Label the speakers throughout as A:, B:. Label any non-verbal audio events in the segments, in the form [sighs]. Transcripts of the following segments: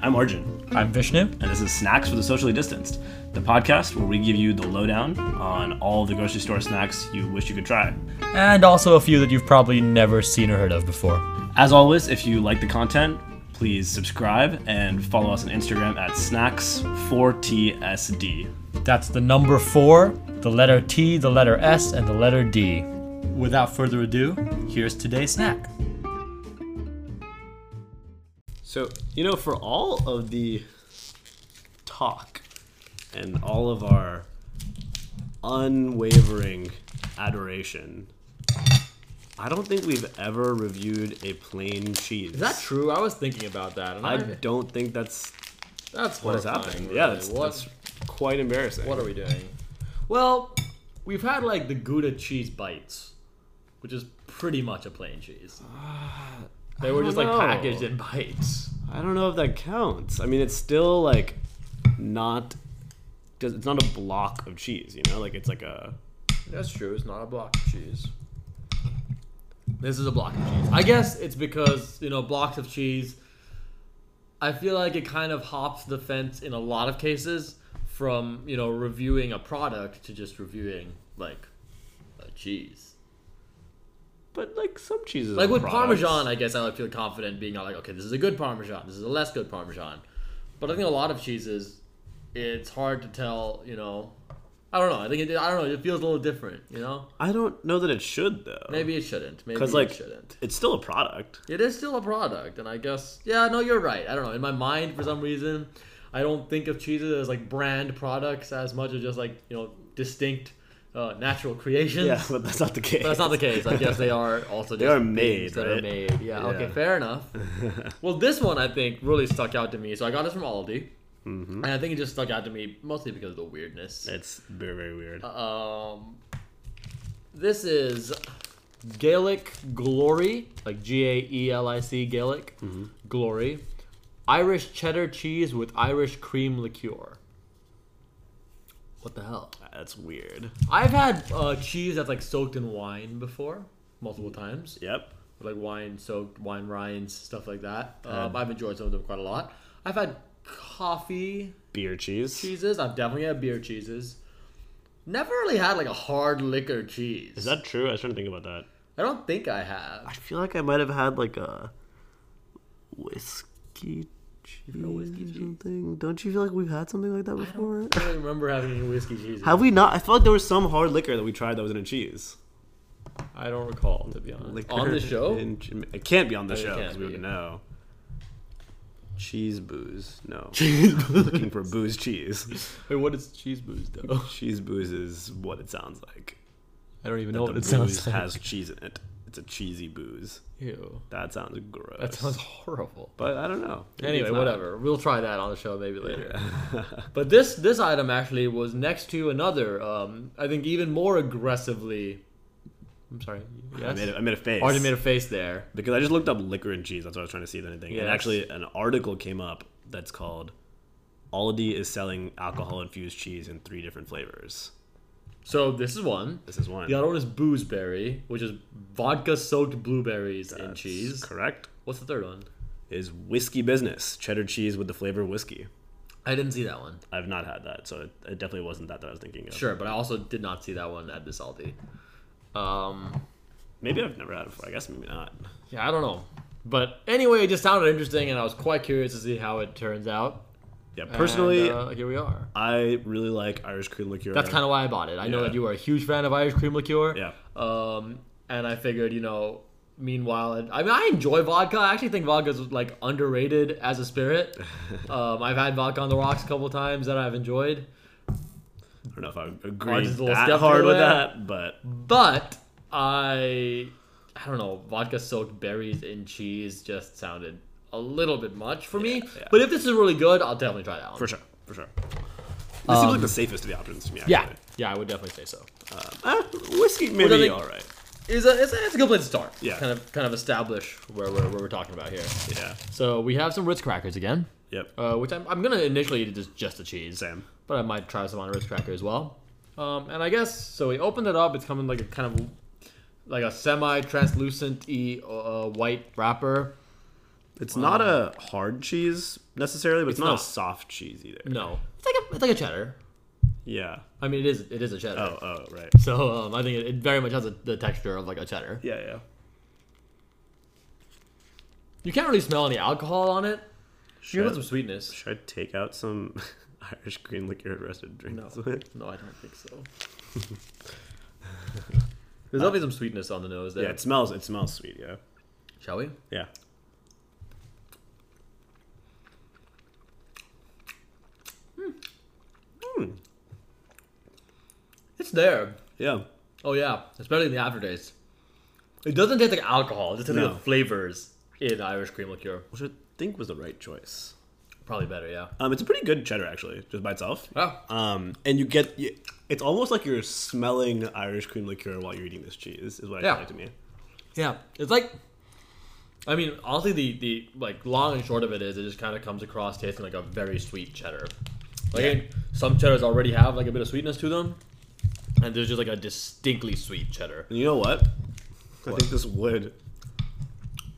A: I'm Arjun,
B: I'm Vishnu.
A: and this is Snacks for the Socially Distanced, the podcast where we give you the lowdown on all the grocery store snacks you wish you could try.
B: And also a few that you've probably never seen or heard of before.
A: As always, if you like the content, please subscribe and follow us on Instagram at snacks4tsd.
B: That's the number four, the letter T, the letter S, and the letter D. Without further ado, here's today's snack.
A: So, you know, for all of the talk and all of our unwavering adoration, I don't think we've ever reviewed a plain cheese.
C: Is that true? I was thinking about that, and I,
A: I don't think that's
C: that's
A: what is
C: horrifying,
A: happening.
C: really.
A: Yeah, that's,
C: what,
A: that's quite embarrassing.
C: what are we doing? Well, we've had like the Gouda cheese bites, which is pretty much a plain
B: [sighs]
C: cheese. They were
A: don't
C: just like
A: know.
C: packaged in bites.
A: I don't know if that counts. I mean, it's still like not. does- It's not a block of cheese, you know. Like it's like a.
C: That's true. It's not a block of cheese. This is a block of cheese. I guess it's because you know blocks of cheese. I feel like it kind of hops the fence in a lot of cases from you know reviewing a product to just reviewing like a cheese.
A: But like some cheeses.
C: Like
A: are
C: with
A: products.
C: Parmesan, I guess I would feel confident being like, okay, this is a good Parmesan, this is a less good Parmesan. But I think a lot of cheeses, it's hard to tell. You know, I don't know. I think it, I don't know. It feels a little different. You know.
A: I don't know that it should though.
C: Maybe it shouldn't. Maybe
A: 'Cause, like-
C: it shouldn't.
A: it's still a product.
C: It is still a product, and I guess yeah, no, you're right. I don't know. In my mind, for some reason, I don't think of cheeses as like brand products as much as just like you know distinct uh, natural creations.
A: Yeah, but that's not the case.
C: But [laughs] that's not the case. I guess they are also just
A: They are
C: things
A: made,
C: that
A: right?
C: are made. Yeah, Okay.
A: Yeah. [laughs]
C: Fair enough. well, this one I think really stuck out to me. So I got this from Aldi,
A: Mm-hmm.
C: and I think it just stuck out to me mostly because of the
A: [laughs]
C: weirdness.
A: It's very very weird.
C: Um, this is Gaelic Glory, like G A E L I C Gaelic Glory, Irish cheddar cheese with Irish cream liqueur. What the hell?
A: that's weird.
C: I've had uh, cheese that's like soaked in wine before, multiple times,
A: Yep.
C: like wine soaked, wine rinds, stuff like that. Um, I've enjoyed some of them quite a lot. I've had coffee
A: Beer cheese.
C: cheeses. I've definitely had beer cheeses. Never really had like a hard liquor cheese.
A: Is that true? I was trying to think about that.
C: I don't think I have.
A: I feel like I might have had like a whiskey cheese
C: whiskey cheese?
A: something. Don't you feel like we've had something like that before?
C: I don't remember having any whiskey cheeses.
A: Have we not? I felt like there was some hard liquor that we tried that was in a cheese.
C: I don't recall to be honest.
A: Liquor
C: On the show,
A: in che- it can't be on the
C: it
A: show
C: can't
A: because we would
C: be.
A: know. Cheese booze.
C: [laughs]
A: No. Cheese booze. Looking for booze cheese.
C: wait, what is cheese booze though?
A: cheese booze is what it sounds like.
C: I don't even
A: That
C: know
A: the
C: what it
A: booze
C: sounds like.
A: has cheese in it. It's a cheesy booze.
C: Ew,
A: That sounds gross.
C: that sounds horrible.
A: But I don't know. Maybe
C: Anyway,
A: it's not. [laughs]
C: whatever. We'll try that on the show maybe later. but this this item actually was next to another. Um, I think even more aggressively. I'm sorry.
A: I
C: Yes.
A: made, a, I made a face.
C: Already made a face there.
A: Because I just looked up liquor and cheese. That's what I was trying to see if anything.
C: Yes.
A: And actually, an article came up that's called Aldi is selling alcohol infused cheese in three different flavors.
C: So this is one.
A: This is one.
C: The other one is boozeberry, which is vodka soaked blueberries in
A: That's
C: cheese.
A: Correct.
C: What's the third one?
A: Is whiskey business cheddar cheese with the flavor of whiskey.
C: I didn't see that one.
A: I've not had that, so it, it definitely wasn't that that I was thinking of.
C: Sure, but I also did not see that one at this Aldi. Um,
A: Maybe I've never had it before. I guess maybe not.
C: yeah, I don't know. But anyway, it just sounded interesting, and I was quite curious to see how it turns out.
A: Yeah, personally,
C: And, uh, here we are.
A: I really like Irish cream liqueur.
C: That's kind of why I bought it. I know
A: Yeah.
C: that you are a huge fan of Irish cream liqueur.
A: yeah.
C: Um, and I figured, you know, meanwhile, and- I mean, I enjoy vodka. I actually think vodka is like underrated as a spirit.
A: [laughs]
C: um, I've had vodka on the rocks a couple times that I've enjoyed,
A: I don't know if I agree
C: Arjun's a little
A: that
C: skeptical
A: hard with
C: there.
A: that, but
C: but I, I don't know, vodka soaked berries in cheese just sounded a little bit much for me.
A: Yeah, yeah.
C: But if this is really good, I'll definitely try that one.
A: for sure, for sure. This seems like the safest of the options to me. Actually.
C: Um, Yeah, yeah, I would definitely say so.
A: Uh, whiskey maybe
C: then they-
A: all right.
C: It's a, it's, a, it's a good place to start.
A: Yeah.
C: Kind of kind of establish where we're, where we're talking about here.
A: Yeah.
C: So we have some Ritz crackers again.
A: Yep.
C: uh, which I'm, I'm gonna initially eat just just the cheese,
A: Same.
C: but I might try some on a Ritz cracker as well. Um, and I guess so. We opened it up. It's coming like a kind of like a semi translucent y uh, white wrapper.
A: It's not a hard cheese necessarily, but it's, not,
C: not. Mm.
A: a soft cheese either.
C: No, it's like a it's like a cheddar.
A: Yeah.
C: I mean, it is it is a cheddar.
A: Oh, oh, right.
C: So um, I think it, it very much has a, the texture of like a cheddar.
A: Yeah, yeah.
C: You can't really smell any alcohol on it. You got some sweetness.
A: Should I take out some [laughs] Irish green liquor and roasted
C: [laughs]
A: drinks? No.
C: No, I don't think so. [laughs] There's definitely some sweetness on the nose there.
A: yeah, it smells. It smells sweet. Yeah.
C: Shall we?
A: Yeah.
C: It's there.
A: Yeah.
C: Oh yeah, it's better than the aftertaste. It doesn't taste like alcohol. It just tastes
A: No.
C: like the flavors in Irish cream liqueur.
A: Which I think was the right choice.
C: Probably better, yeah.
A: Um, it's a pretty good cheddar actually, just by itself.
C: Wow.
A: Um, and you get you, it's almost like you're smelling Irish cream liqueur while you're eating this cheese. Is what
C: Yeah.
A: I like to me.
C: Yeah, it's like, I mean, honestly, the the like long and short of it is, it just kind of comes across tasting like a very sweet cheddar. Like some cheddars already have like a bit of sweetness to them, and there's just like a distinctly sweet cheddar.
A: And you know what? I think this would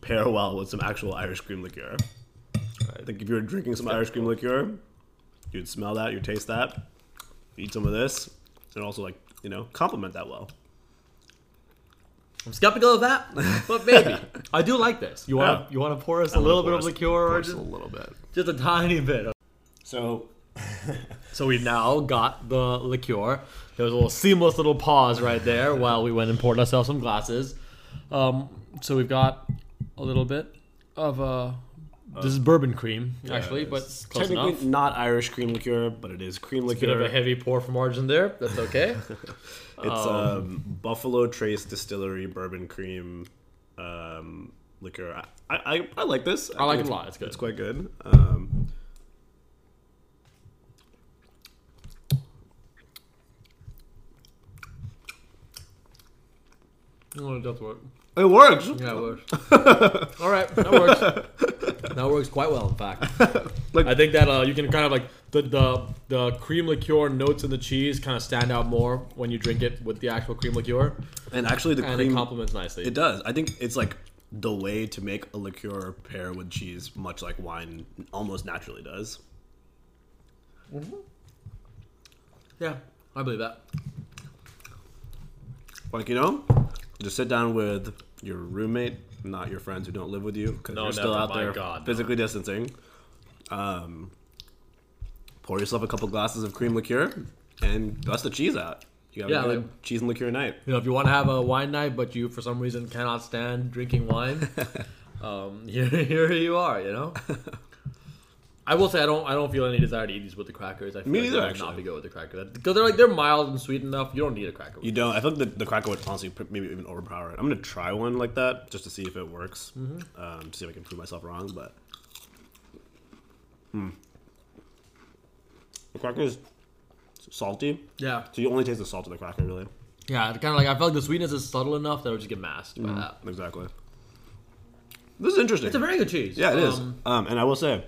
A: pair well with some actual Irish cream liqueur. I think if you were drinking some Irish cream liqueur, you'd smell that, you'd taste that, eat some of this, and also like you know complement that well.
C: I'm skeptical of that, but
A: [laughs]
C: maybe I do like this. You want
A: Yeah.
C: to you want to pour us a
A: I'm gonna
C: little bit
A: pour
C: of
A: us-
C: liqueur,
A: pour
C: or
A: us
C: just,
A: a little bit.
C: just a tiny bit.
A: So
C: So we've now got the liqueur. There was a little seamless little pause right there while we went and poured ourselves some glasses. Um, so we've got a little bit of uh, this is bourbon cream actually, but
A: it's
C: close
A: technically
C: enough.
A: not Irish cream liqueur, but it is cream
C: Bit of
A: liqueur.
C: a heavy pour from Arjun there. That's
A: [laughs]
C: okay.
A: It's
C: Oh.
A: um, Buffalo Trace Distillery bourbon cream um, liquor. I, I, I like this.
C: I like
A: think
C: it a lot. It's good.
A: It's quite good. Um,
C: oh, it does work.
A: it works.
C: Yeah,
A: [laughs]
C: it works. All right, that works. That works quite well, in fact.
A: [laughs] Like-
C: I think that uh, you can kind of like the, the the cream liqueur notes in the cheese kind of stand out more when you drink it with the actual cream liqueur,
A: And actually, the
C: and it
A: cream
C: complements nicely.
A: it does. I think it's like the way to make a liqueur pair with cheese, much like wine almost naturally does.
C: Yeah, I believe that.
A: Like you know, just sit down with your roommate, not your friends who don't live with you, because
C: No,
A: you're still
C: never.
A: out
C: My
A: there
C: God, no.
A: physically distancing. Um, pour yourself a couple glasses of cream liqueur and bust the cheese out. You got
C: Yeah,
A: a good
C: like-
A: cheese and liqueur night.
C: You know, if you want to have a wine night, but you for some reason cannot stand
A: [laughs]
C: drinking wine, um, [laughs] here, here you are. You know. I will say I don't I don't feel any desire to eat these with the crackers. I feel
A: Me
C: like
A: neither,
C: I would not
A: actually.
C: be good with the cracker because they're like they're mild and sweet enough. You don't need a cracker. with
A: You don't. I think the, the cracker would honestly pr- maybe even overpower it. I'm gonna try one like that just to see if it works,
C: Mm-hmm.
A: um, to see if I can prove myself wrong. But hmm. the cracker is salty,
C: it. Yeah,
A: so you only taste the salt of the cracker really.
C: yeah. Kind of like I feel like the sweetness is subtle enough that I would just get masked by
A: Mm-hmm.
C: that.
A: Exactly. This is interesting.
C: It's a very good cheese.
A: yeah, it is.
C: Um,
A: um, And I will say,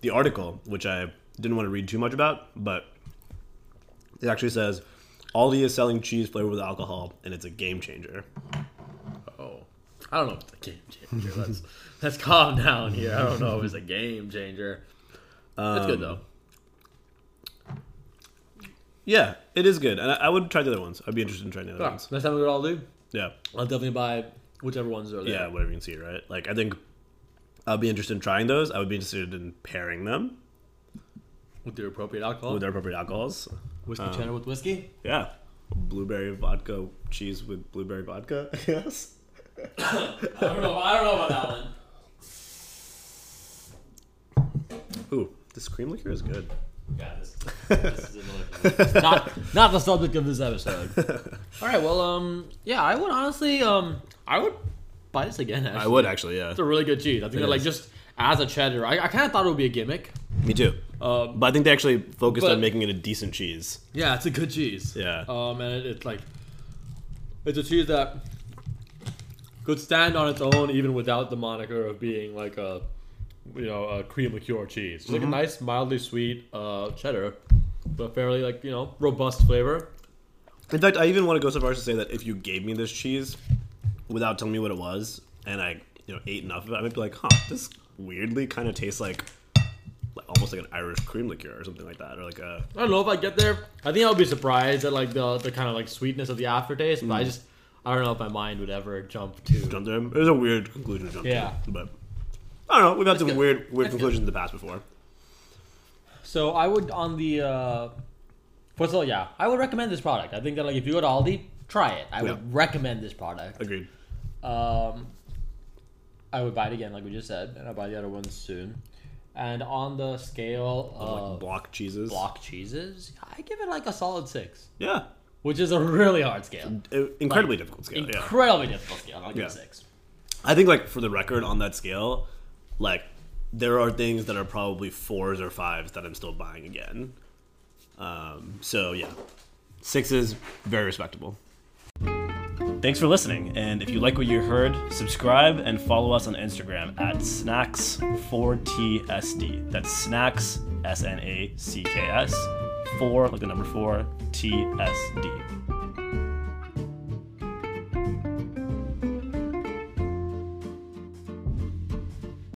A: the article, which I didn't want to read too much about, but it actually says Aldi is selling cheese flavored with alcohol, and it's a game changer.
C: Oh, I don't know if it's a game changer. Let's [laughs] let's calm down here. I don't know if it's a game changer.
A: Um,
C: it's good though.
A: Yeah, it is good. And I, I would try the other ones. I'd be interested in trying the other
C: Yeah.
A: ones.
C: Next time we go to Aldi,
A: Yeah.
C: I'll definitely buy whichever ones are there.
A: Yeah, whatever you can see, right? Like, I think I'll be interested in trying those. I would be interested in pairing them
C: With the appropriate alcohol.
A: with uh, their appropriate alcohols.
C: whiskey cheddar with whiskey.
A: Yeah. Blueberry vodka cheese with blueberry vodka, [laughs] I guess.
C: I don't know. I don't know about that one.
A: Ooh, this cream liqueur is good.
C: Yeah,
A: [laughs]
C: this, this is another not not the subject of
A: [laughs]
C: this episode. All right. Well, um, yeah, I would honestly, um, I would buy this again. Actually.
A: I would actually, yeah.
C: It's a really good cheese. I think that, like
A: is.
C: just as a cheddar, I, I kind of thought it would be a gimmick.
A: Me too.
C: Um,
A: But I think they actually focused
C: but-
A: on making it a decent cheese.
C: Yeah, it's a good cheese.
A: Yeah.
C: Um, and it, it's like it's a cheese that could stand on its own even without the moniker of being like a you know a cream liqueur cheese. It's like a nice, mildly sweet uh, cheddar, but fairly like you know robust flavor.
A: In fact, I even want to go so far as to say that if you gave me this cheese without telling me what it was, and I you know ate enough of it, I might be like, huh, this weirdly kind of tastes like, like almost like an Irish cream liqueur or something like that, or like a
C: I don't know if I get there. I think I'll be surprised at like the the kind of like sweetness of the aftertaste, but I just I don't know if my mind would ever jump to.
A: jump to him. It was a weird conclusion to jump
C: Yeah.
A: to, but I don't know. We've had some
C: good.
A: weird weird
C: That's good.
A: conclusions in the past before.
C: So I would on the uh first of all, yeah, I would recommend this product. I think that like if you go to Aldi, try it. I
A: Yeah.
C: would recommend this product.
A: Agreed.
C: Um, I would buy it again, like we just said, and I'll buy the other ones soon. And on the scale
A: Like
C: of
A: block cheeses.
C: block cheeses, I give it like a solid six,
A: Yeah.
C: which is a really hard scale.
A: I- Incredibly difficult scale. yeah.
C: Incredibly difficult scale. I'll give
A: Yeah.
C: it a six.
A: I think like for the record on that scale, like there are things that are probably fours or fives that I'm still buying again. Um, so yeah, six is very respectable.
D: Thanks for listening, and if you like what you heard, subscribe and follow us on Instagram at snacks4tsd. That's snacks, S N A C K S, 4, like the number 4, T S D.